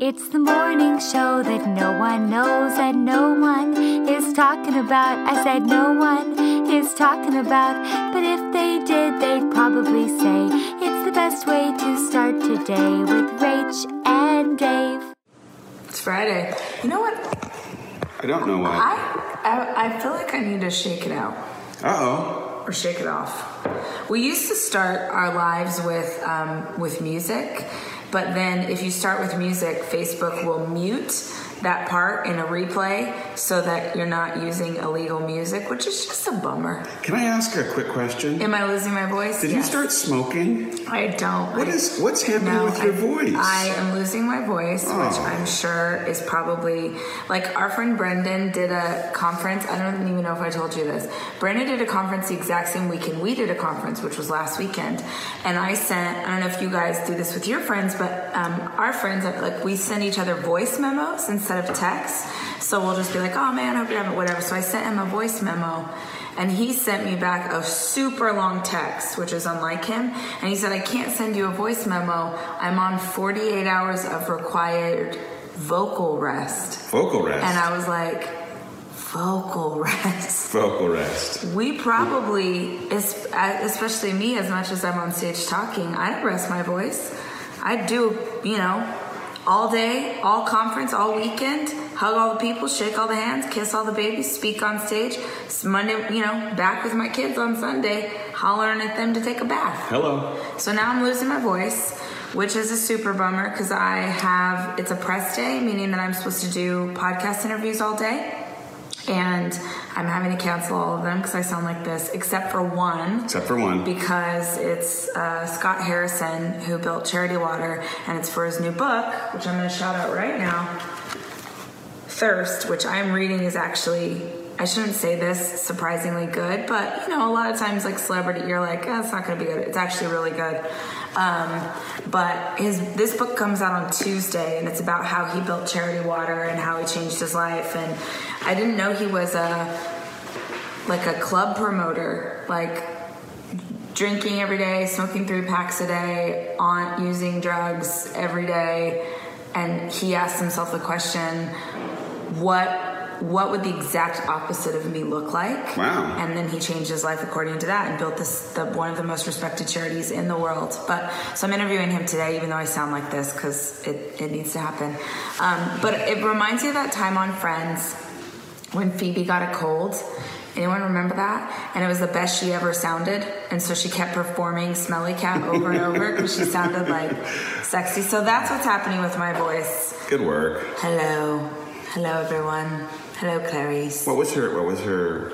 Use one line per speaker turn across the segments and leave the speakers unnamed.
It's the morning show that no one knows and no one is talking about. I said no one is talking about, but if they did, they'd probably say it's the best way to start today with Rach and Dave.
It's Friday. You know what?
I don't know why.
I, I I feel like I need to shake it out
Uh oh.
or shake it off. We used to start our lives with um, with music, but then if you start with music, Facebook will mute that part in a replay so that you're not using illegal music, which is just a bummer.
Can I ask a quick question?
Am I losing my voice?
Did you
Yes.
start smoking?
I don't.
What
I-
is what's happening
No,
with your
I,
voice?
I am losing my voice, which
Oh.
I'm sure is probably like our friend Brendan did a conference. I don't even know if I told you this. Brendan did a conference the exact same weekend we did a conference, which was last weekend. And I sent, I don't know if you guys do this with your friends, but um, our friends, like we send each other voice memos instead of texts. So we'll just be like, oh man, I hope you're having whatever. So I sent him a voice memo. And he sent me back a super long text, which is unlike him. And he said, I can't send you a voice memo. I'm on 48 hours of required vocal rest.
vocal rest.
And I was like, vocal rest.
vocal rest.
We probably, es- especially me, as much as I'm on stage talking, I don't rest my voice. I do, you know, all day, all conference, all weekend, hug all the people, shake all the hands, kiss all the babies, speak on stage. It's Monday, you know, back with my kids on Sunday, hollering at them to take a bath.
Hello.
So now I'm losing my voice, which is a super bummer because I have it's a press day, meaning that I'm supposed to do podcast interviews all day. And I'm having to cancel all of them because I sound like this, except for one
Except for one.
because it's uh, Scott Harrison who built Charity Water, and it's for his new book, which I'm going to shout out right now. Thirst, which I'm reading, is actually I shouldn't say this surprisingly good, but you know a lot of times like celebrity, you're like, oh, it's not going to be good. It's actually really good. Um, but his this book comes out on Tuesday, and it's about how he built Charity Water and how he changed his life. And I didn't know he was a like a club promoter, like drinking every day, smoking three packs a day, on using drugs every day, and he asked himself the question, what what would the exact opposite of me look like?
Wow.
And then he changed his life according to that and built this the one of the most respected charities in the world. But so I'm interviewing him today, even though I sound like this because it, it needs to happen. Um, but it reminds me of that time on Friends when Phoebe got a cold. Anyone remember that? And it was the best she ever sounded. And so she kept performing Smelly Cat over and over because she sounded like sexy. So that's what's happening with my voice.
Good work.
Hello. Hello, everyone. Hello, Clarice.
What was her what was her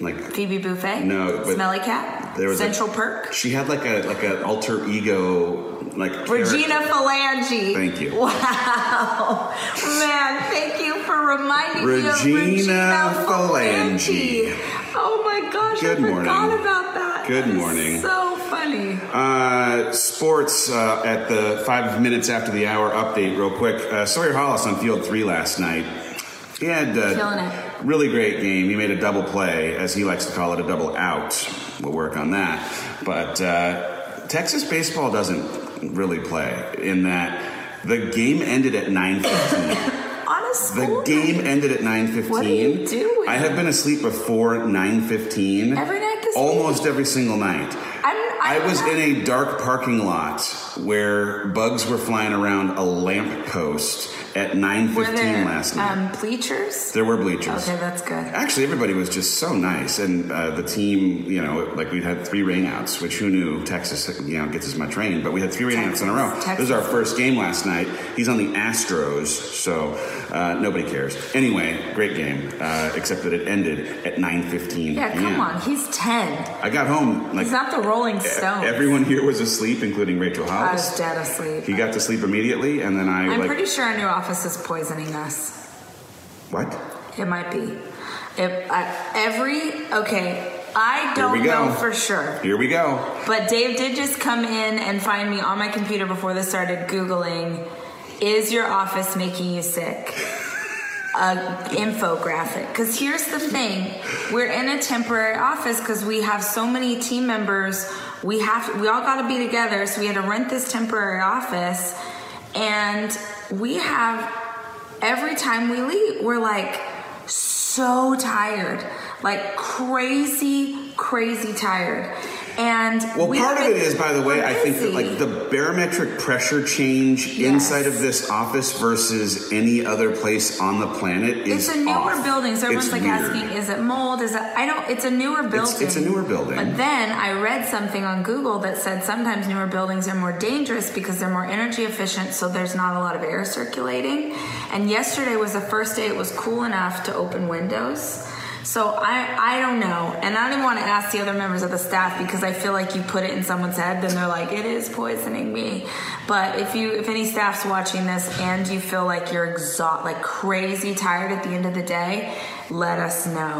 like
Phoebe Buffet?
No, but
Smelly Cat?
there was a-
Central Perk?
she had like a like an alter ego like character.
Regina Phalange.
Thank you.
Wow. Man, thank you for reminding me
Regina
of Regina
Phalange.
Phalange. Oh my gosh,
Good
I forgot
morning.
about that.
Good
That is
morning.
So funny.
Uh, sports uh, at the five minutes after the hour update, real quick. Uh, Sawyer Hollis on field three last night. He had
Killing
a
it.
really great game. He made a double play, as he likes to call it, a double out. We'll work on that. But uh, Texas baseball doesn't really play in that the game ended at 9.15.
On a school
the game ended at 9.15.
What are you doing?
I have been asleep before 9.15.
Every night this
Almost every single night.
I'm,
I
I'm
was
not-
in a dark parking lot where bugs were flying around a lamp post at 9:15
Were there
last night.
um, bleachers?
there were bleachers.
Okay, that's good.
Actually, everybody was just so nice, and uh, the team, you know, like we had three rainouts, which who knew Texas, you know, gets as much rain, but we had three rainouts in a row.
Texas.
This is our first game last night. He's on the Astros, so uh, nobody cares. Anyway, great game, uh, except that it ended at 9:15.
Yeah, come
PM.
on. He's 10.
I got home like
He's not the Rolling Stone.
Everyone here was asleep, including Rachel
I
Hollis.
was dead asleep.
He got to sleep immediately, and then I
I'm
like
pretty sure our new office is poisoning us.
what?
It might be. If I, every okay, I
Here we
don't
go.
know for sure.
Here we go.
But Dave did just come in and find me on my computer before this started googling. Is your office making you sick? A infographic. Because here's the thing: we're in a temporary office because we have so many team members. We have we all got to be together, so we had to rent this temporary office, and we have every time we leave, we're like so tired, like crazy, crazy tired. And
Well,
we
part of it
haven't
is, by the way, I think that like
busy.
the barometric pressure change
Yes.
inside of this office versus any other place on the planet is
It's a newer
off.
building, so everyone's
It's
like
weird.
asking, "Is it mold? Is it?" I don't. It's a newer building.
It's- it's a newer building.
But then I read something on Google that said sometimes newer buildings are more dangerous because they're more energy efficient, so there's not a lot of air circulating. And yesterday was the first day it was cool enough to open windows. So I I don't know, and I don't even want to ask the other members of the staff because I feel like you put it in someone's head, then they're like, "It is poisoning me." But if you if any staff's watching this and you feel like you're exhausted, like crazy tired at the end of the day, let us know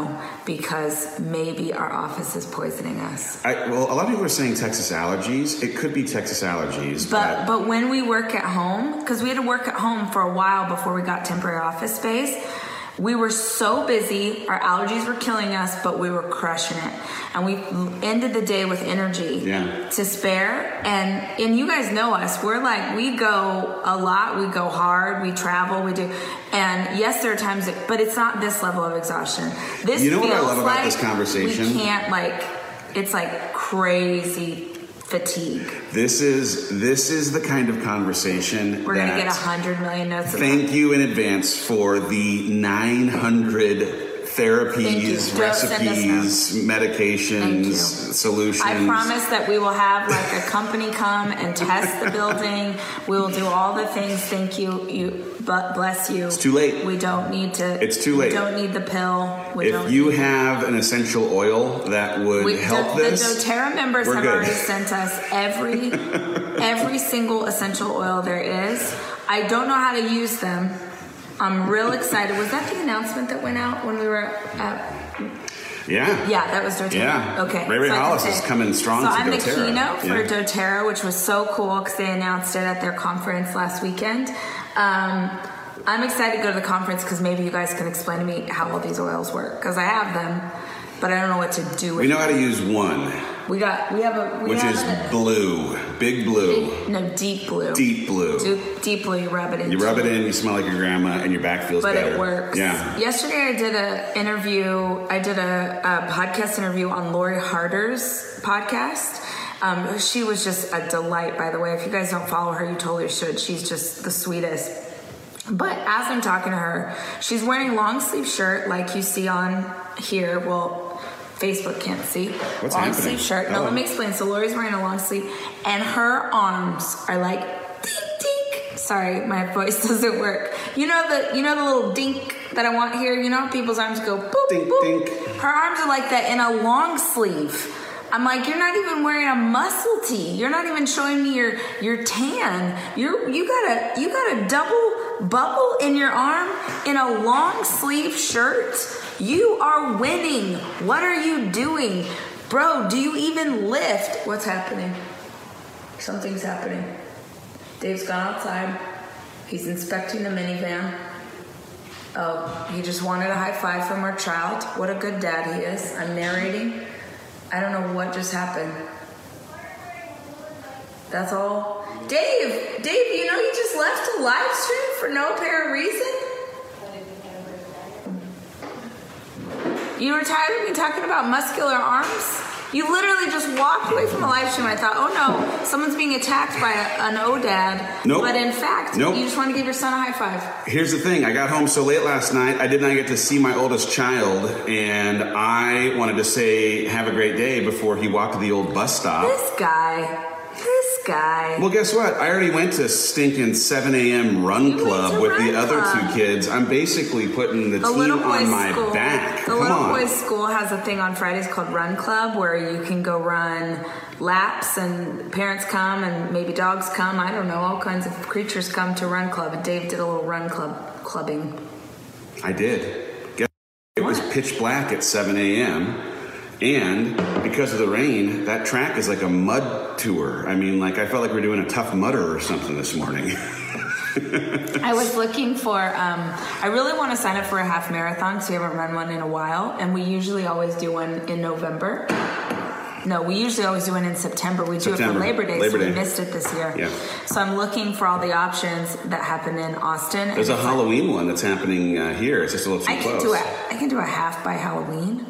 because maybe our office is poisoning us.
I, well, a lot of people are saying Texas allergies. It could be Texas allergies,
But but when we work at home, because we had to work at home for a while before we got temporary office space, we were so busy, our allergies were killing us, but we were crushing it, and we ended the day with energy
Yeah.
to spare. And and you guys know us, we're like we go a lot, we go hard, we travel, we do. And yes, there are times, that, but it's not this level of exhaustion. This
You know what I
feels
love about
like
this conversation?
We can't like it's like crazy fatigue.
this is this is the kind of conversation
We're
that
gonna get a hundred million notes. of
Thank you in advance for the 900
Thank you.
therapies,
Don't send us
recipes,
Thank
medications,
you.
solutions.
I promise that we will have like a company come and test the building. We will do all the things. Thank you. You but bless you. It's
too late.
We don't need to.
It's too late.
We don't need the pill. We
If
don't
you have an essential oil that would
we,
help
the,
this,
The DoTerra members
we're
have
good.
already sent us every every single essential oil there is. I don't know how to use them. I'm real excited. Was that the announcement that went out when we were at
yeah.
Yeah, that was doTERRA.
Yeah.
Okay.
Ray Ray
I can
Hollis is
say-
coming strong
So
to
I'm the
doTERRA.
keynote for
Yeah.
doTERRA, which was so cool because they announced it at their conference last weekend. Um, I'm excited to go to the conference because maybe you guys can explain to me how all these oils work because I have them, but I don't know what to do with. We,
We know how to use one,
we got we have a we
which
have
is
a,
blue, big blue,
no deep blue.
deep blue.
Deep, deep blue. You rub it in.
You rub it in, you smell like your grandma, and your back feels
but
better.
it works.
Yeah.
Yesterday I did a interview. I did a, a podcast interview on Lori Harder's podcast. Um, she was just a delight, by the way. If you guys don't follow her, you totally should. She's just the sweetest. But as I'm talking to her, she's wearing a long sleeve shirt like you see on here. Well, Facebook can't see.
What's
long
happening?
sleeve shirt. No,
Oh.
let me explain. So Lori's wearing a long sleeve, and her arms are like dink dink. Sorry, my voice doesn't work. You know the you know the little dink that I want here. You know how people's arms go boop
Dink,
boop.
dink.
Her arms are like that in a long sleeve. I'm like, you're not even wearing a muscle tee. You're not even showing me your your tan. You're you got a you got a double bubble in your arm in a long sleeve shirt. You are winning. What are you doing? Bro, do you even lift? What's happening? Something's happening. Dave's gone outside. He's inspecting the minivan. Oh, he just wanted a high five from our child. What a good dad he is. I'm narrating. I don't know what just happened. That's all. Dave, Dave, you know you just left a live stream for no apparent reason? You were tired of me talking about muscular arms? You literally just walked away from a live stream. I thought, oh no, someone's being attacked by a, an ODAD.
Nope.
But in fact,
Nope.
you just want to give your son a high five.
Here's the thing I got home so late last night, I did not get to see my oldest child, and I wanted to say, have a great day before he walked to the old bus stop.
This guy. This guy.
Well, guess what? I already went to stinking 7 a.m. run
went to
club with
run
the other
club.
two kids. I'm basically putting the,
The
team
little boys
on my
school.
back.
The
Come
little
on.
boys school has a thing on Fridays called Run Club where you can go run laps and parents come and maybe dogs come. I don't know, all kinds of creatures come to Run Club and Dave did a little Run Club clubbing.
I did. Guess it was
What?
pitch black at 7 a.m. And because of the rain, that track is like a mud tour. I mean, like I felt like we were doing a tough mudder or something this morning.
I was looking for. Um, I really want to sign up for a half marathon because we haven't run one in a while, and we usually always do one in November. No, we usually always do it in September. We do it
September.
for Labor Day,
Labor
so
Day.
we missed it this year.
Yeah.
So I'm looking for all the options that happen in Austin.
There's a
And it's like-
Halloween one that's happening uh, here. It's just a little too
I can
close.
do a I can do a half by Halloween.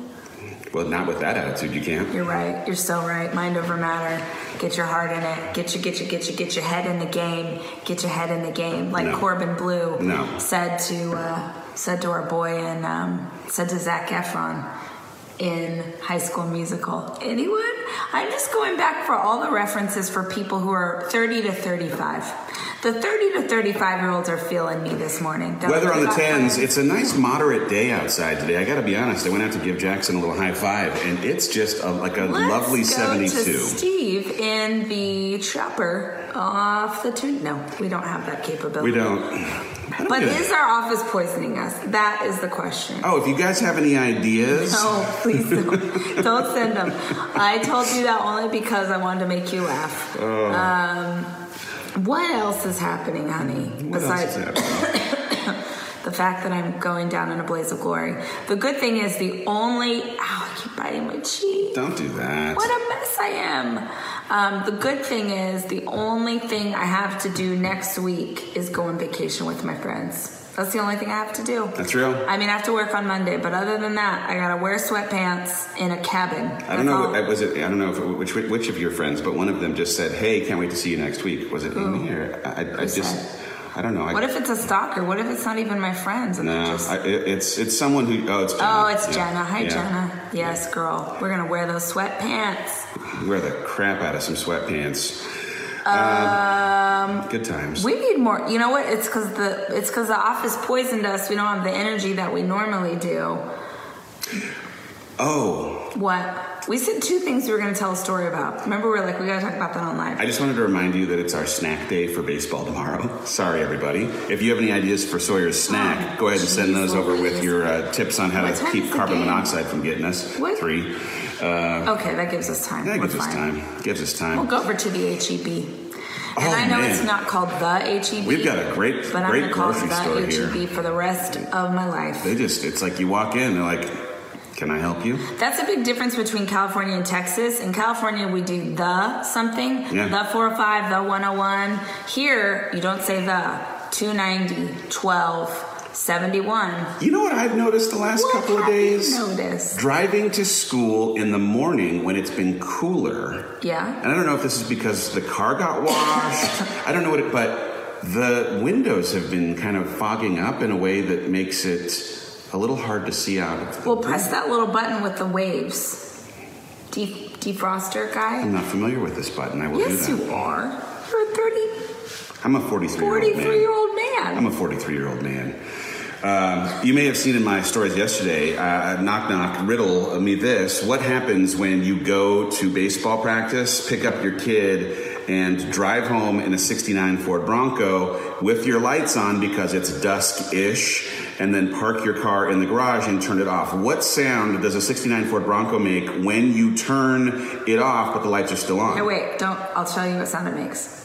Well, not with that attitude, you can't.
You're right. You're so right. Mind over matter. Get your heart in it. Get your get your get your get your head in the game. Get your head in the game. Like
No.
Corbin Blue
No.
said to uh, said to our boy and um, said to Zach Efron in High School Musical. Anyone? I'm just going back for all the references for people who are 30 to 35. The 30 to 35 year olds are feeling me this morning. They're
Weather
like, "Oh,
on the
"Fuck, I'm
tens. It's a nice moderate day outside today. I got to be honest. I went out to give Jackson a little high five, and it's just a, like a
Let's
lovely
go To
72.
Steve in the chopper off the tune. No, we don't have that capability.
We don't. I don't
But
get it.
is our office poisoning us? That is the question.
Oh, if you guys have any ideas,
No, please don't. don't send them. I told you that only because I wanted to make you laugh.
Oh.
Um, what else is happening, honey?
what else is happening?
the fact that I'm going down in a blaze of glory. The good thing is the only. Ow, I keep biting my cheek.
Don't do that.
What a mess I am. Um, the good thing is, the only thing I have to do next week is go on vacation with my friends. That's the only thing I have to do.
That's real.
I mean, I have to work on Monday, but other than that, I gotta wear sweatpants in a cabin.
I don't know. I- Was it? I don't know if, which which of your friends, but one of them just said, "Hey, can't wait to see you next week." Was it Amy or I, I, I just?
said?
I don't know. I,
What if it's a stalker? What if it's not even my friends? And
No,
they're just,
I, it- it's it's someone who. Oh, it's Jenna.
oh, it's
Yeah.
Jenna. Hi,
Yeah.
Jenna. Yes, girl. We're gonna wear those sweatpants.
Wear the crap out of some sweatpants.
Um,
Good times.
We need more. You know what? It's because the it's because the office poisoned us. We don't have the energy that we normally do.
oh,
What? We said two things we were going to tell a story about. Remember, we are like, we got to talk about that on live.
I just wanted to remind you that it's our snack day for baseball tomorrow. Sorry, everybody. If you have any ideas for Sawyer's snack, go ahead and send
Jeez,
those
what
over
was
with
this?
your uh, tips on how
Oh, What
to
time
keep
is the
carbon
game?
monoxide from getting us.
What?
Three.
okay, that gives us time.
That
We're
gives us
fine.
time. Gives us
We'll
time.
go over to the HEB. And
Oh,
I know
man.
it's not called the HEB.
We've got a great,
but I'm
great
gonna call
grocery store
it the
here.
HEB for the rest of my life.
They just, it's like you walk in, they're like, can I help you?
That's a big difference between California and Texas. In California, we do the something,
Yeah.
the 405, the 101. Here, you don't say the 290, 12, 71.
You know what I've noticed the last
What
couple of
have you
days?
noticed?
Driving to school in the morning when it's been cooler.
Yeah.
And I don't know if this is because the car got washed. I don't know what it, but the windows have been kind of fogging up in a way that makes it a little hard to see out of the
Well, press that little button with the waves. De- defroster guy?
I'm not familiar with this button. I will
Yes,
do that.
you are. You're a 30,
I'm a 43 year old man.
43 year old
I'm
man.
a 43 year old man. Um, you may have seen in my stories yesterday, uh, knock knock, riddle me this. What happens when you go to baseball practice, pick up your kid, and drive home in a 69 Ford Bronco with your lights on because it's dusk ish, and then park your car in the garage and turn it off? What sound does a 69 Ford Bronco make when you turn it off but the lights are still on?
No, wait, don't. I'll tell you what sound it makes.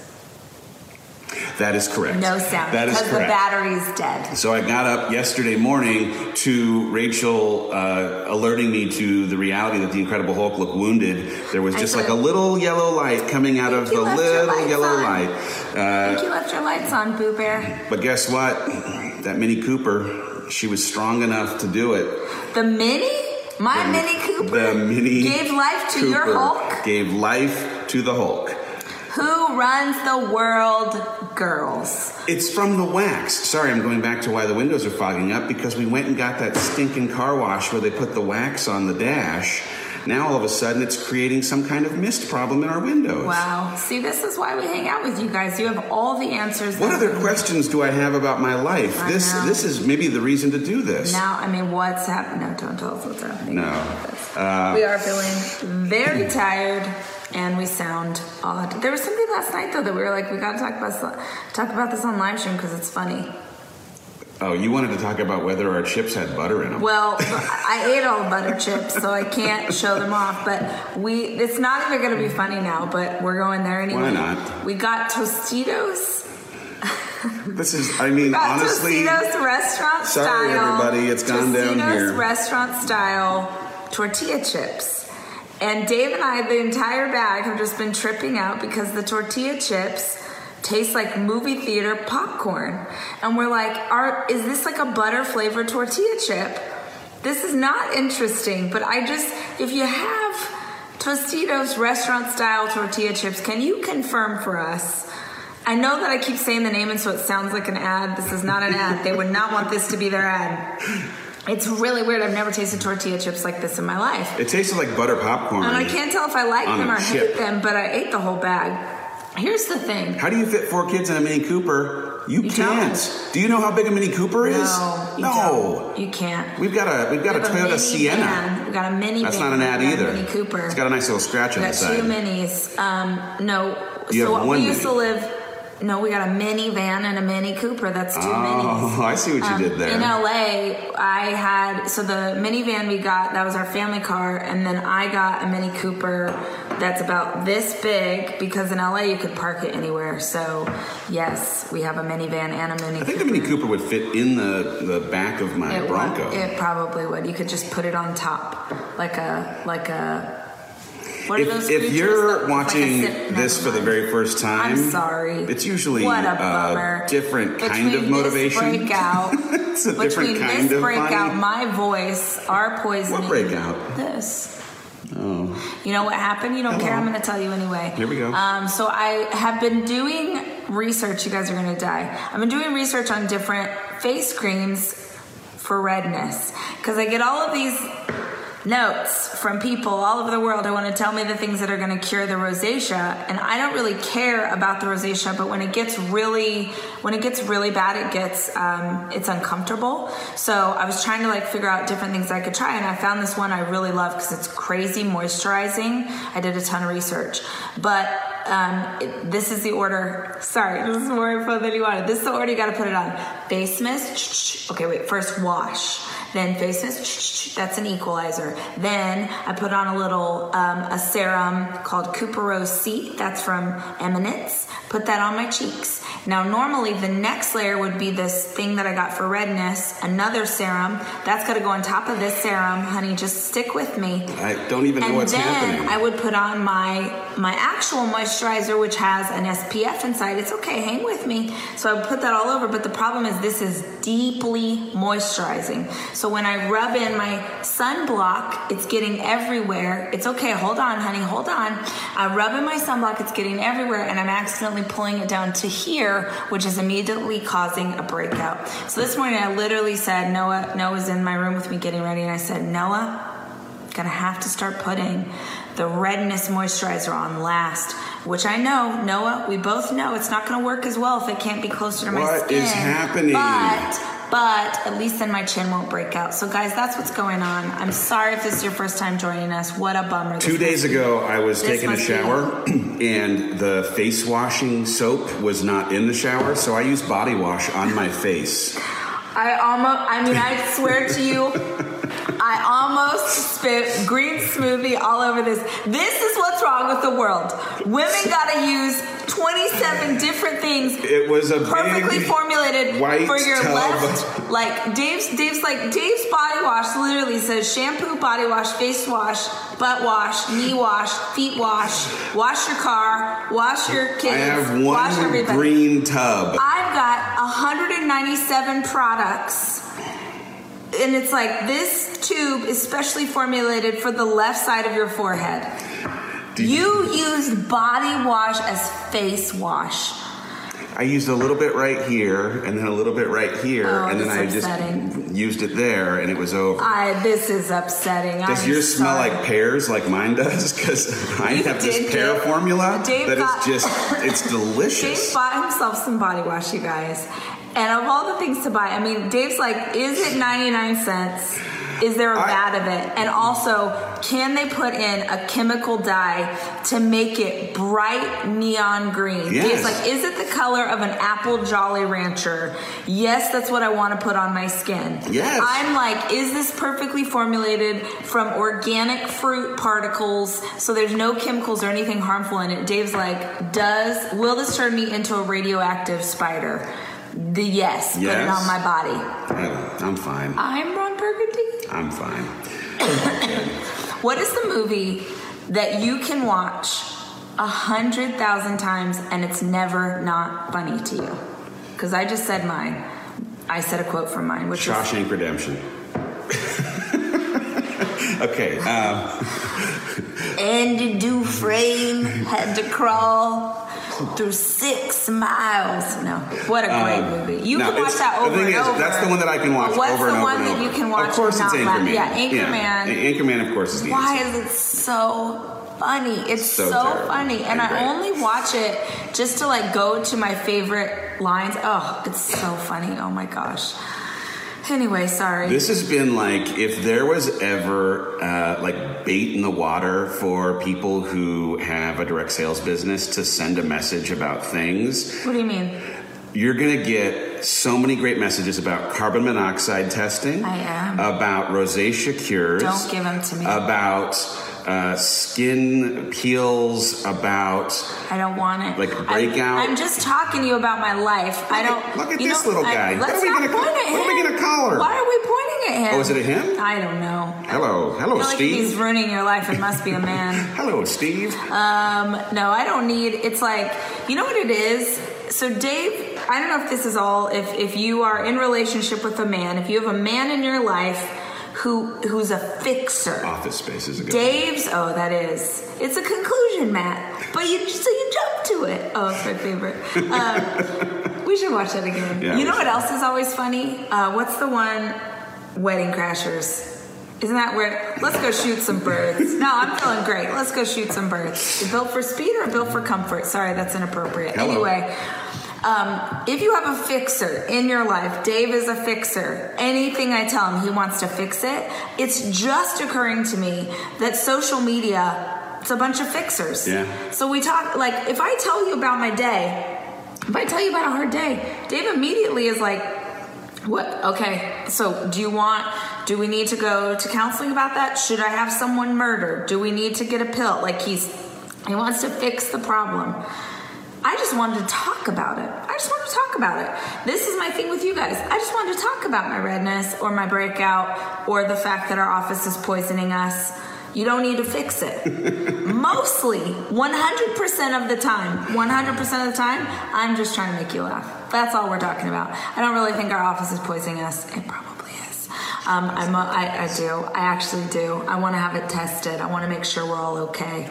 That is correct.
No sound.
That is
Because
correct.
the battery's dead.
So I got up yesterday morning to Rachel uh, alerting me to the reality that the Incredible Hulk looked wounded. There was
I
just
saw
like a
it.
little yellow light coming out of
You
the
left your
little
lights
yellow
on.
light. Uh,
I think you left your lights on, Boo Bear.
But guess what? That Mini Cooper, she was strong enough to do it.
The Mini? My Mini Cooper?
The Mini
Gave life to your
Cooper
Hulk?
Gave life to the Hulk.
Who runs the world? Girls.
It's from the wax. Sorry, I'm going back to why the windows are fogging up because we went and got that stinking car wash where they put the wax on the dash. Now all of a sudden it's creating some kind of mist problem in our windows.
Wow. See, this is why we hang out with you guys. You have all the answers.
What
that-
other questions do I have about my life?
I
this
know.
this is maybe the reason to do this.
Now, I mean, what's happening? No, don't tell us what's happening.
No. Uh,
we are feeling very tired and we sound odd. There was something last night, though, that we were like, we got to talk about, this- talk about this on live stream because it's funny.
Oh, you wanted to talk about whether our chips had butter in them.
Well, I ate all the butter chips, so I can't show them off. But we—it's not even going to be funny now. But we're going there anyway.
Why not?
We got Tostitos.
this is I mean
Got
honestly
Tostitos restaurant
sorry,
style.
everybody, it's gone down
Tostitos
here.
restaurant style tortilla chips, And Dave and I, the entire bag, have just been tripping out because the tortilla chips taste like movie theater popcorn. And we're like, are is this like a butter flavored tortilla chip? This is not interesting, but I just if you have Tostitos restaurant style tortilla chips, can you confirm for us? I know that I keep saying the name and so it sounds like an ad. This is not an ad. They would not want this to be their ad. It's really weird. I've never tasted tortilla chips like this in my life.
It tasted like butter popcorn.
And I can't tell if I like
On
them
a
or
chip.
hate them, but I ate the whole bag. Here's the thing.
How do you fit four kids in a Mini Cooper? You, can't. Do you know how big a Mini Cooper is?
No, you
No.
don't. you can't.
We've got a we've got
We
a
have
Toyota
minivan.
Sienna.
We got a mini.
That's not an ad either.
Mini Cooper.
It's got a nice little scratch on
We
the
got two
side.
minis. Um, no.
You
so
have one
we used to
mini.
live. No, we got a minivan and a mini Cooper. That's two minis.
Oh, I see what you
Um,
did there.
In LA, I had so the minivan we got that was our family car, and then I got a Mini Cooper that's about this big because in LA you could park it anywhere. So yes, we have a minivan and a Mini.
I think the Mini Cooper would fit in the, the back of my
It
Bronco.
would- it probably would. You could just put it on top, like a like a. What are
if,
those
if
creatures that
you're
look like a
watching
sip- never
this for the
mind.
very first time,
I'm sorry.
It's usually
what a
uh,
bummer.
different kind
Between
of motivation.
This breakout,
it's a different
between
kind
this
of
breakout,
money.
my voice, our poison.
What breakout?
This.
Oh,
You know what happened? You don't care. I'm going to tell you anyway.
Here we go.
Um, so I have been doing research. You guys are going to die. I've been doing research on different face creams for redness because I get all of these notes from people all over the world who want to tell me the things that are going to cure the rosacea and I don't really care about the rosacea but when it gets really when it gets really bad it gets um, it's uncomfortable so I was trying to like figure out different things I could try and I found this one I really love because it's crazy moisturizing I did a ton of research but um, it, this is the order. Sorry, this is more info than you wanted. This is the order you got to put it on. Face mist. Okay, wait. First wash, then face mist. That's an equalizer. Then I put on a little um, a serum called Cooperose C. That's from Eminence. Put that on my cheeks. Now, normally the next layer would be this thing that I got for redness, another serum. That's got to go on top of this serum, honey. Just stick with me
I don't even know
and
what's
then
happening.
I would put on my my actual moisturizer, which has an SPF inside. It's okay, hang with me. So I would put that all over. But the problem is, this is deeply moisturizing. So when I rub in my sunblock, it's getting everywhere. It's okay, hold on, honey, hold on. I rub in my sunblock, it's getting everywhere, and I'm accidentally pulling it down to here, which is immediately causing a breakout. So this morning, I literally said, Noah, Noah's in my room with me getting ready, and I said, Noah gonna have to start putting the redness moisturizer on last which i know noah we both know it's not gonna work as well if it can't be closer to my
What
skin
is happening?
but but at least then my chin won't break out so guys that's what's going on i'm sorry if this is your first time joining us what a bummer
Two days ago, I was
This
taking a
must be-
shower, and the face washing soap was not in the shower, so I used body wash on my face.
i almost i mean i swear to you I almost spit green smoothie all over this. This is what's wrong with the world. Women gotta use 27 different things
It was a
perfectly
big
formulated
white
for your
tub.
left. Like Dave's, Dave's like Dave's body wash literally says shampoo, body wash, face wash, butt wash, knee wash, feet wash, wash your car, wash your kids,
I have
wash
one
everything.
green tub.
I've got 197 products. And it's like this tube is specially formulated for the left side of your forehead.
Did
You used body wash as face wash.
I used a little bit right here, and then a little bit right here,
Oh,
and then I
that's
just
upsetting.
used it there, and it was over.
I this is upsetting.
does
I'm
yours smell
sorry.
like pears like mine does? Because I
You
have this
did
pear
get-
formula
Dave
that
got-
is just, it's
Dave
delicious.
bought himself some body wash, you guys. And of all the things to buy, I mean, Dave's like, is it 99 cents? Is there a
I-
vat of it? And also, can they put in a chemical dye to make it bright neon green?
Yes.
Dave's like, is it the color of an apple Jolly Rancher? Yes, that's what I want to put on my skin.
Yes.
I'm like, is this perfectly formulated from organic fruit particles so there's no chemicals or anything harmful in it? Dave's like, does, will this turn me into a radioactive spider? The yes, put it
Yes.
on my body.
I- I'm fine.
I'm Ron Burgundy.
I'm fine.
What is the movie that you can watch a hundred thousand times and it's never not funny to you. Because I just said mine. I said a quote from mine, which is
Shawshank Redemption. okay. Um,
Andy Dufresne had to crawl through six miles. No, what a great movie! You
Um, no,
can watch
it's-
that
the
over
thing
and
is,
over.
That's the one that I can watch
What's
over
the
and over
one
and
that
over.
you can watch?
Of course,
and
it's
not laugh?
Anchorman.
Yeah, Anchorman.
A- Anchorman, of course, is the
Why
answer.
is it so funny? It's
So
so,
terrible
funny, and
and great.
I only watch it just to like go to my favorite lines. Oh, it's so funny! Oh my gosh. Anyway, sorry.
This has been like if there was ever uh, like bait in the water for people who have a direct sales business to send a message about things.
what do you mean?
You're gonna get so many great messages about carbon monoxide testing.
I am.
About rosacea cures.
Don't give 'em to me.
About uh, skin peels. About
I don't want it.
Like,
I'm-
breakout?
I'm, just talking to you about my life. I don't.
look at
you
this
know,
little
I-
guy. What
let's
are we
not
gonna-
point at
what are we
him.
gonna call her?
Why are we pointing at him?
oh, is it a him?
I don't know.
Hello, hello,
I feel like if he's
Steve.
ruining your life. It must be a man.
Hello, Steve.
Um, no, I don't need. It's like you know what it is. So Dave, I don't know if this is all. If if you are in relationship with a man, if you have a man in your life who who's a fixer.
Office Space is a good.
Dave's. Oh, that is. It's a conclusion, Matt. But you so you jump to it. Oh, it's my favorite. Um, we should watch that again.
Yeah,
you
we
know what
should.
else is always funny? Uh, what's the one? Wedding Crashers. Isn't that where? Let's go shoot some birds. No, I'm feeling great. Let's go shoot some birds. Built for speed or built for comfort? Sorry, that's inappropriate.
Hello.
Anyway. Um, if you have a fixer in your life, Dave is a fixer. Anything I tell him, he wants to fix it. It's just occurring to me that social media, it's a bunch of fixers.
Yeah.
So we talk, like, if I tell you about my day, if I tell you about a hard day, Dave immediately is like, what? Okay. So, do you want? Do we need to go to counseling about that? Should I have someone murdered? Do we need to get a pill? Like he's he wants to fix the problem. I just wanted to talk about it. I just wanted to talk about it. This is my thing with you guys. I just wanted to talk about my redness or my breakout or the fact that our office is poisoning us. You don't need to fix it. Mostly, 100% of the time, 100% of the time, I'm just trying to make you laugh. That's all we're talking about. I don't really think our office is poisoning us. It probably is. Um, I'm a, I, I do. I actually do. I want to have it tested. I want to make sure we're all okay.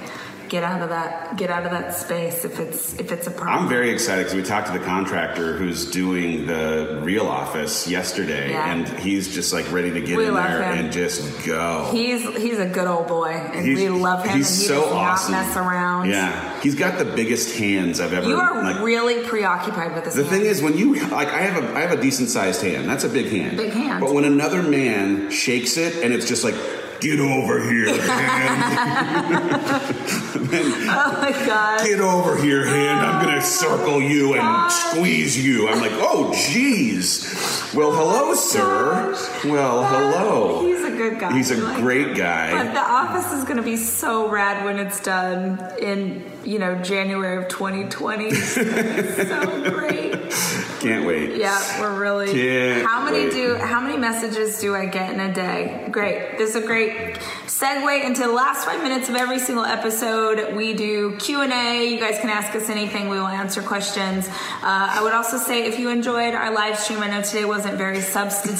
Get out of that. Get out of that space if it's if it's a problem.
I'm very excited because we talked to the contractor who's doing the real office yesterday,
Yeah.
and he's just like ready to get
We
in
love
there
him.
and just go.
he's he's a good old boy, and
He's-
we love him.
He's
and he
so
does
awesome.
Not mess around.
Yeah, he's got the biggest hands I've ever.
You are
like,
really preoccupied with this.
the
man.
thing is, when you like, I have a I have a decent sized hand. That's a big hand.
Big hand.
But when another man shakes it, and it's just like, get over here, hand.
Oh my god.
Get over here, hand. I'm gonna circle you
God.
and squeeze you. I'm like, oh, jeez. Well, hello, sir. Well, hello.
He's a good guy.
He's a
I like
great
But
guy.
the office is going to be so rad when it's done in, you know, January of 2020. It's so great.
Can't wait.
Yeah, we're really.
Can't
how many
wait.
do? How many messages do I get in a day? Great. This is a great segue into the last five minutes of every single episode. We do Q and A. You guys can ask us anything. We will answer questions. Uh, I would also say if you enjoyed our live stream, I know today wasn't very substantive.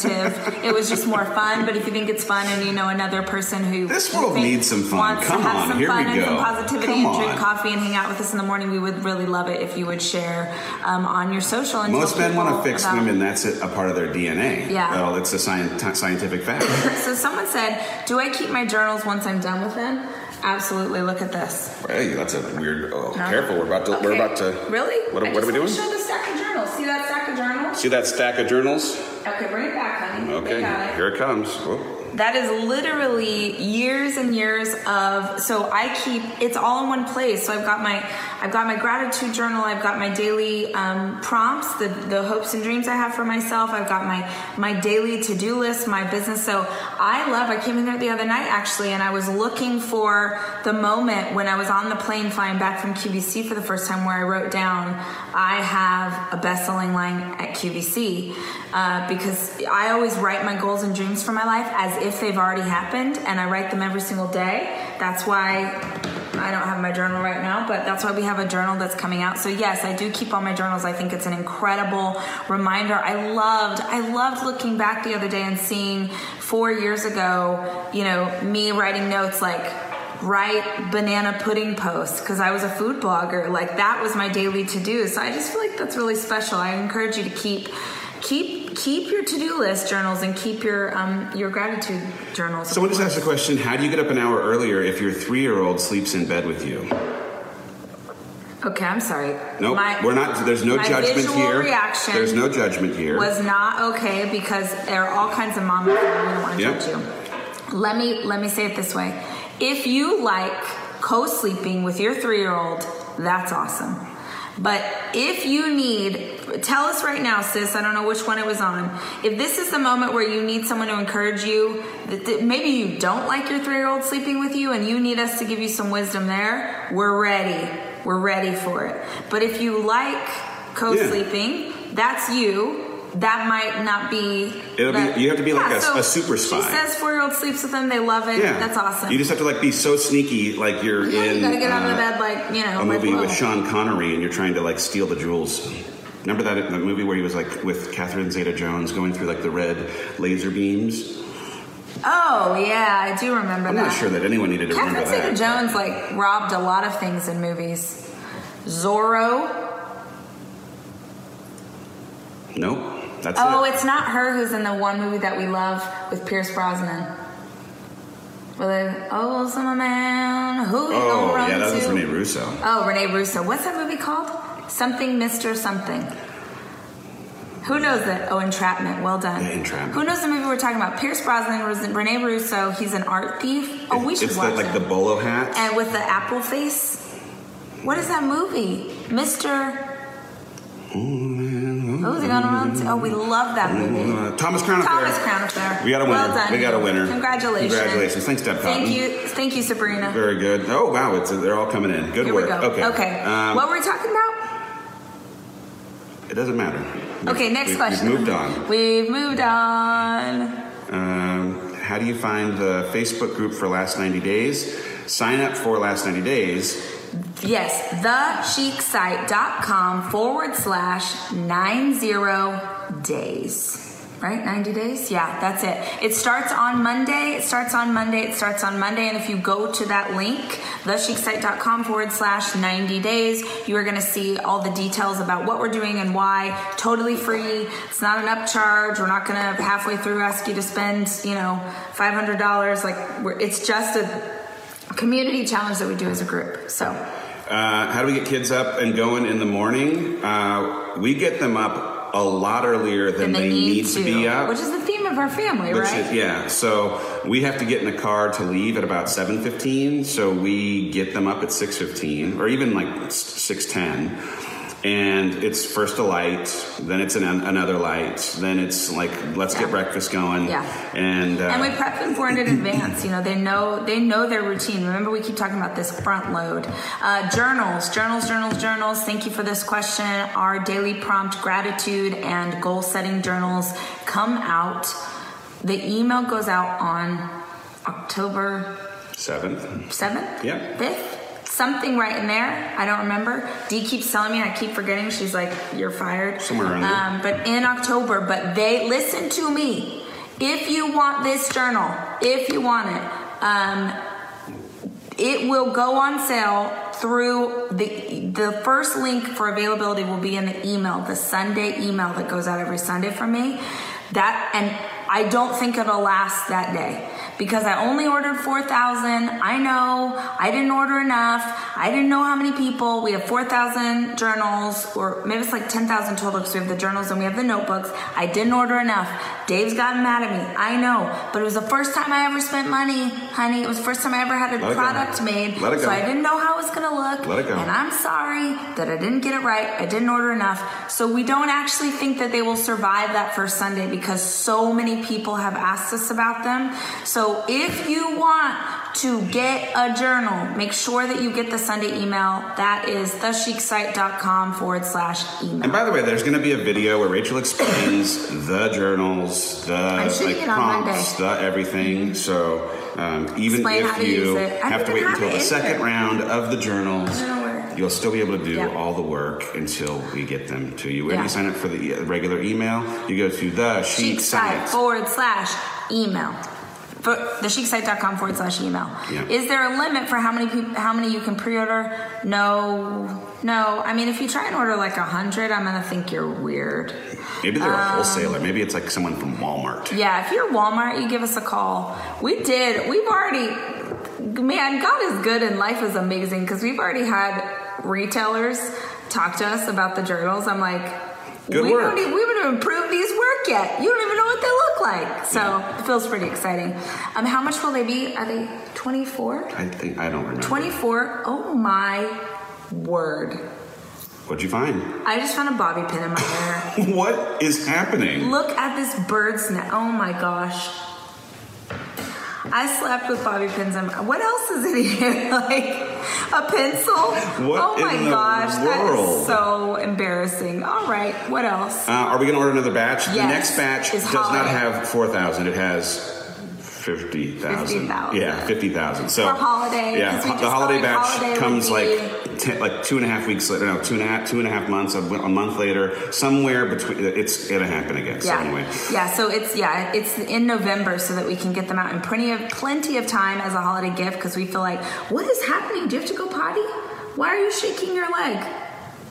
it was just more fun. But if you think it's fun and you know another person who
This
you
world
think
needs some fun.
wants
Come
to have
on,
some
here we
fun and some
go.
positivity
Come
and drink
on.
coffee and hang out with us in the morning, we would really love it if you would share um, on your social. And
Most
tell
men want
people
to fix
about-
women. That's a, a part of their DNA.
Yeah.
Well, it's a scien- scientific fact.
So someone said, "Do I keep my journals once I'm done with them?" Absolutely. Look at this.
hey, that's a weird. Oh,
No.
careful. We're about to. We're
Okay.
about to.
Really?
What,
I
what
just
are we doing?
wanna Show the stack of journals. See that stack of journals?
See that stack of journals?
Okay, bring it back, honey.
Okay.
They got it.
Here it comes. Whoa.
That is literally years and years of so I keep it's all in one place. So I've got my I've got my gratitude journal, I've got my daily um, prompts, the the hopes and dreams I have for myself, I've got my my daily to-do list, my business. So I love I came in there the other night actually and I was looking for the moment when I was on the plane flying back from QVC for the first time where I wrote down I have a best-selling line at QVC uh, because I always write my goals and dreams for my life as if they've already happened, and I write them every single day. That's why I don't have my journal right now, but that's why we have a journal that's coming out. So yes, I do keep all my journals. I think it's an incredible reminder. I loved, I loved looking back the other day and seeing four years ago, you know, me writing notes like write banana pudding posts because I was a food blogger. Like that was my daily to do. So I just feel like that's really special. I encourage you to keep keep keep your to do list journals and keep your um, your gratitude journals.
Someone just asked the question: How do you get up an hour earlier if your three year old sleeps in bed with you?
Okay, I'm sorry.
Nope, we're not. There's no
my
judgment
visual
here.
reaction
there's no judgment here.
was not okay because there are all kinds of mamas that really want to
Yep.
judge you. Let me let me say it this way: if you like co-sleeping with your three-year-old, that's awesome. But if you need, tell us right now, sis. I don't know which one it was on. If this is the moment where you need someone to encourage you, that, that maybe you don't like your three-year-old sleeping with you, and you need us to give you some wisdom there. We're ready. We're ready for it. But if you like co-sleeping sleeping. That's you. That might not be.
It'll be-
the-
you have to be like
Yeah,
a-
so
a super
She
spy.
says four year old sleeps with them. They love it.
yeah,
That's awesome.
You just have to like be so sneaky, like you're
yeah,
in
you gotta get out of the
uh,
bed like you know.
a
like,
movie with
whoa.
Sean Connery, and you're trying to like steal the jewels. Remember that that movie where he was like with Catherine Zeta-Jones going through like the red laser beams?
Oh yeah, I do remember
I'm
that.
not sure that anyone needed to
Catherine
remember
Zeta
that.
Jones like robbed a lot of things in movies. Zorro.
Nope, that's
Oh,
it.
it's not her who's in the one movie that we love with Pierce Brosnan. Where they, oh, some man who you
Oh
gonna run
yeah, that was
to?
Rene Russo.
Oh, Rene Russo. What's that movie called? Something, Mr. Something. Who knows that? Oh, Entrapment. Well done.
Yeah, Entrapment.
Who knows the movie we're talking about? Pierce Brosnan, was in- Rene Russo. He's an art thief. Oh, we should
it's
watch
the, like
it.
the bolo hat.
and with the apple face. What is that movie? Mr. Who's it gonna run to? Oh, we love that movie.
uh, Thomas Crown Affair.
Thomas Crown Affair.
We got a winner.
Well done.
We got a winner.
Congratulations.
Congratulations. Thanks, Deb Cotton.
Thank you. Thank you, Sabrina.
Very good. Oh wow, it's they're all coming in. Good
Here
work.
we go.
Okay. Um,
what were we talking about?
it doesn't matter. We've-
Okay, next
we've-
question.
We've moved on.
We've moved on.
Um, how do you find the Facebook group for last 90 days? Sign up for last 90 days.
Yes, thechicsite.com forward slash 90 days. Right? 90 days? Yeah, that's it. It starts on Monday. It starts on Monday. It starts on Monday. And if you go to that link, thechicsite.com forward slash 90 days, you are going to see all the details about what we're doing and why. Totally free. It's not an upcharge. We're not going to halfway through ask you to spend, you know, $500. Like, we're, it's just a community challenge that we do as a group. So,
Uh, how do we get kids up and going in the morning? Uh, we get them up a lot earlier than
and
they need to be up.
which is the theme of our family,
Which
right?
is, yeah. So we have to get in the car to leave at about seven fifteen. So we get them up at six fifteen, or even like six ten. And it's first a light, then it's an, another light, then it's like let's
Yeah.
get breakfast going.
Yeah.
And, uh,
and we prep them for it in advance. You know, they know they know their routine. Remember, we keep talking about this front load. Uh, journals, journals, journals, journals. Thank you for this question. Our daily prompt gratitude and goal setting journals come out. The email goes out on October
seventh.
seventh,
Yep.
fifth, something right in there. I don't remember. Dee keeps telling me, I keep forgetting. She's like, "You're fired."
Somewhere around there.
Um, but in October. But they listen to me. If you want this journal, if you want it, um, it will go on sale through the the first link for availability will be in the email, the Sunday email that goes out every Sunday from me. That and I don't think it'll last that day because I only ordered 4,000. I know I didn't order enough. I didn't know how many people. We have 4,000 journals or maybe it's like 10,000 total because we have the journals and we have the notebooks. I didn't order enough. Dave's gotten mad at me. I know, but it was the first time I ever spent money, honey. It was the first time I ever had a
Let it go.
product made.
Let it
so
go.
I didn't know how it was going to look.
Let it go.
And I'm sorry that I didn't get it right. I didn't order enough. So we don't actually think that they will survive that first Sunday because so many people have asked us about them. So if you want to get a journal, make sure that you get the Sunday email. That is thesheiksite.com forward slash email.
And by the way, there's going to be a video where Rachel explains the journals, the
shooting
like
it on Mm-hmm.
prompts, the everything. So um, even
Explain
if
how to
you
use it. I
have to
don't
wait
even have
until
it
the
in
second
there.
round of the journals,
I don't know where.
you'll still be able to do
Yeah.
all the work until we get them to you. When
Yeah.
you sign up for the uh, regular email, you go to the
Sheeksite
Chic Science.
forward slash email. For the sheeksite.com forward slash email.
Yeah.
Is there a limit for how many peop how many you can pre-order? No, no. I mean, if you try and order like a hundred, I'm gonna think you're weird.
Maybe
Um,
they're a wholesaler. Maybe it's like someone from Walmart.
Yeah, if you're Walmart, you give us a call. We did. We've already, man, God is good and life is amazing because we've already had retailers talk to us about the journals. I'm like,
Good
we
work.
Don't even, we haven't even proved these work yet. You don't even know what they look like. So it feels pretty exciting. Um, how much will they be? Are they 24?
I think I don't remember.
24? Oh my word.
What'd you find?
I just found a bobby pin in my hair.
what is happening?
Look at this bird's nest. Oh my gosh. I slept with bobby pins. In my- what else is in here? like a pencil?
What
oh my
in the
gosh, that
world?
is so embarrassing. All right, what else?
Uh, are we going to order another batch? the
Yes,
next batch
it's
does not
holiday.
have 4,000. It has 50,000.
50,000.
yeah, 50,000. So
For holiday,
Yeah,
'cause we
the
just thought
holiday batch
holiday would
comes
be-
like ten, like two and a half weeks later. No, two and a half, two and a half months, a, a month later, somewhere between. It's going to happen again. So anyway.
Yeah, so it's yeah, it's in November so that we can get them out in plenty of plenty of time as a holiday gift because we feel like what is happening? Do you have to go potty? Why are you shaking your leg?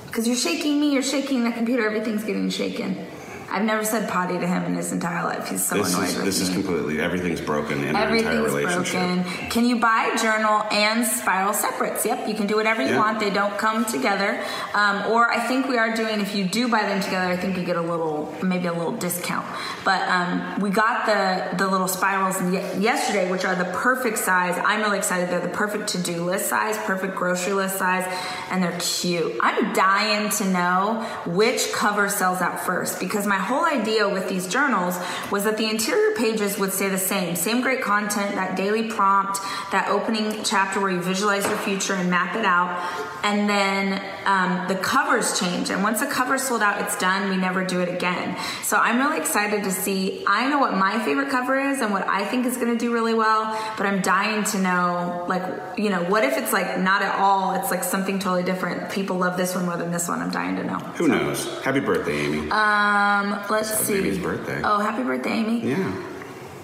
Because you're shaking me, you're shaking the computer, everything's getting shaken. I've never said potty to him in his entire life. He's so
This
annoyed
is
with
this
me.
is completely everything's broken in our entire
Everything's
relationship.
broken. Can you buy journal and spiral separates? Yep, you can do whatever you
Yeah.
want. They don't come together. Um, or I think we are doing, if you do buy them together, I think you get a little, maybe a little discount. But um, we got the, the little spirals ye- yesterday, which are the perfect size. I'm really excited. They're the perfect to do list size, perfect grocery list size, and they're cute. I'm dying to know which cover sells out first because my whole idea with these journals was that the interior pages would stay the same. Same great content, that daily prompt, that opening chapter where you visualize your future and map it out. And then um, the covers change. And once a cover sold out, it's done. We never do it again. So I'm really excited to see. I know what my favorite cover is and what I think is going to do really well, but I'm dying to know, like, you know, what if it's like not at all? It's like something totally different. People love this one more than this one. I'm dying to know.
Who knows? Happy birthday, Amy.
Um, let's see.
Amy's birthday.
Oh, happy birthday, Amy.
yeah.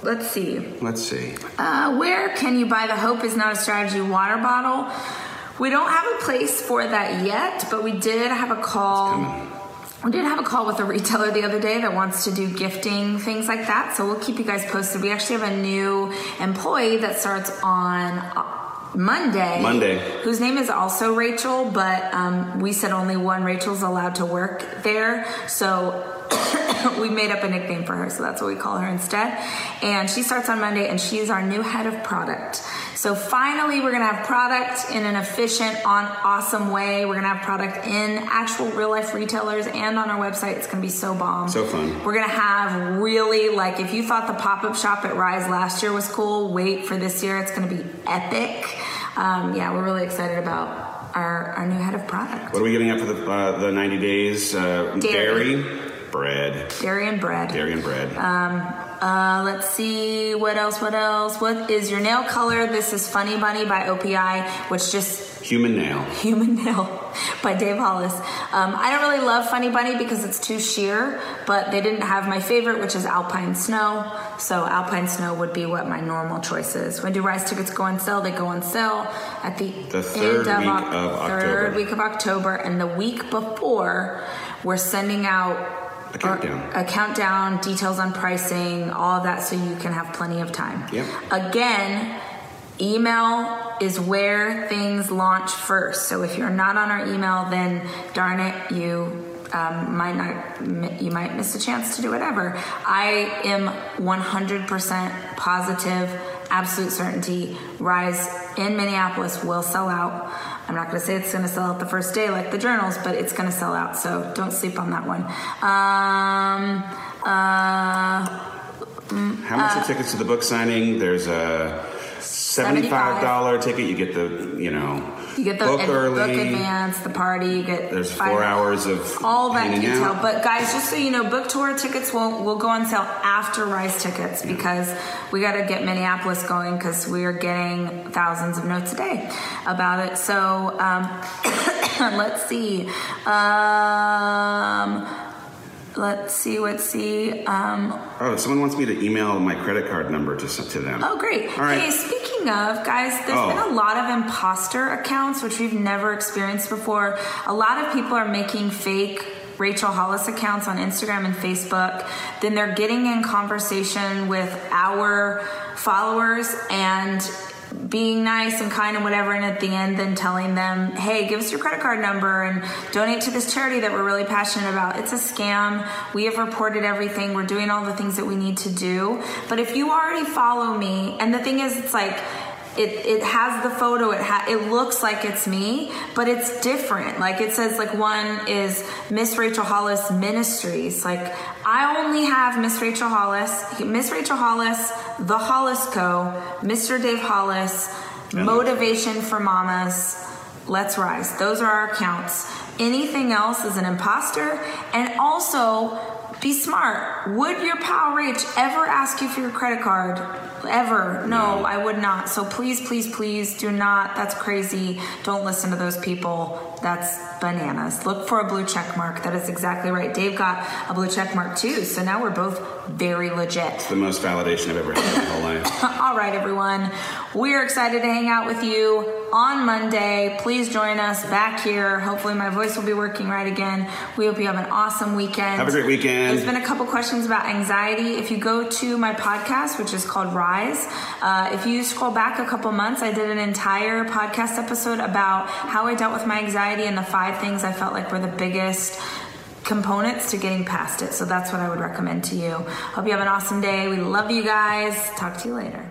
Let's see.
Let's see.
Uh, where can you buy the Hope is Not a Strategy water bottle? We don't have a place for that yet, but we did have a call. We did have a call with a retailer the other day that wants to do gifting, things like that. So we'll keep you guys posted. We actually have a new employee that starts on uh, Monday.
Monday.
Whose name is also Rachel, but um, we said only one Rachel's allowed to work there. So we made up a nickname for her, so that's what we call her instead. And she starts on Monday, and she's our new head of product. So finally, we're gonna have product in an efficient, on awesome way. We're gonna have product in actual real life retailers and on our website. It's gonna be so bomb.
So fun.
We're gonna have really like if you thought the pop up shop at Rise last year was cool, wait for this year. It's gonna be epic. Um, yeah, we're really excited about our our new head of product,
What are we getting up for the uh, the 90 days? Uh,
Dairy.
dairy, bread,
dairy and bread.
dairy and bread.
Uh, let's see what else. What else? What is your nail color? This is Funny Bunny by OPI, which just
Human nail.
Human Nail by Dave Hollis. Um, I don't really love Funny Bunny because it's too sheer, but they didn't have my favorite, which is Alpine Snow. So Alpine Snow would be what my normal choice is. When do Rise tickets go on sale? They go on sale at the,
The third
end
week
of, Oc-
of
third
October.
week of October, and the week before, we're sending out
A countdown.
a countdown, details on pricing, all of that, so you can have plenty of time.
Yep.
Again, email is where things launch first. So if you're not on our email, then darn it, you um, might not, you might miss a chance to do whatever. I am 100% positive, absolute certainty. Rise in Minneapolis will sell out. I'm not going to say it's going to sell out the first day like the journals, but it's going to sell out. So don't sleep on that one. Um, uh,
How much are tickets to the book signing? There's a seventy-five dollar ticket. You get the you know
You get the
book
ad-
early.
book advance, the party. You get
There's
five-
four hours of
all that
hanging
detail.
out.
But guys, just so you know, book tour tickets will will go on sale after Rise tickets because we got to get Minneapolis going because we are getting thousands of notes a day about it. So um, let's see. Um, let's see. Let's see. Um,
oh, someone wants me to email my credit card number to s- to them.
Oh, great.
All right.
Hey, speaking of, guys, there's
Oh.
been a lot of imposter accounts, which we've never experienced before. A lot of people are making fake Rachel Hollis accounts on Instagram and Facebook. Then they're getting in conversation with our followers and being nice and kind and whatever and at the end then telling them hey give us your credit card number and donate to this charity that we're really passionate about it's a scam we have reported everything we're doing all the things that we need to do but if you already follow me and the thing is it's like it, it has the photo it ha- it looks like it's me but it's different like it says like one is miss rachel hollis ministries like i only have miss rachel hollis miss rachel hollis the hollis co mr dave hollis motivation for mamas Let's Rise. Those are our accounts. Anything else is an imposter. And also, be smart. Would your pal Rach ever ask you for your credit card? Ever? No, I would not. So please, please, please do not. That's crazy. Don't listen to those people. That's bananas. Look for a blue check mark. That is exactly right. Dave got a blue check mark too. So now we're both very legit.
the most validation I've ever had in my whole life.
All right, everyone. We're excited to hang out with you on Monday. Please join us back here. Hopefully, my voice will be working right again. We hope you have an awesome weekend.
Have a great weekend.
There's been a couple questions about anxiety. If you go to my podcast, which is called Rise, uh, if you scroll back a couple months, I did an entire podcast episode about how I dealt with my anxiety and the five things I felt like were the biggest components to getting past it. So that's what I would recommend to you. Hope you have an awesome day. We love you guys. Talk to you later.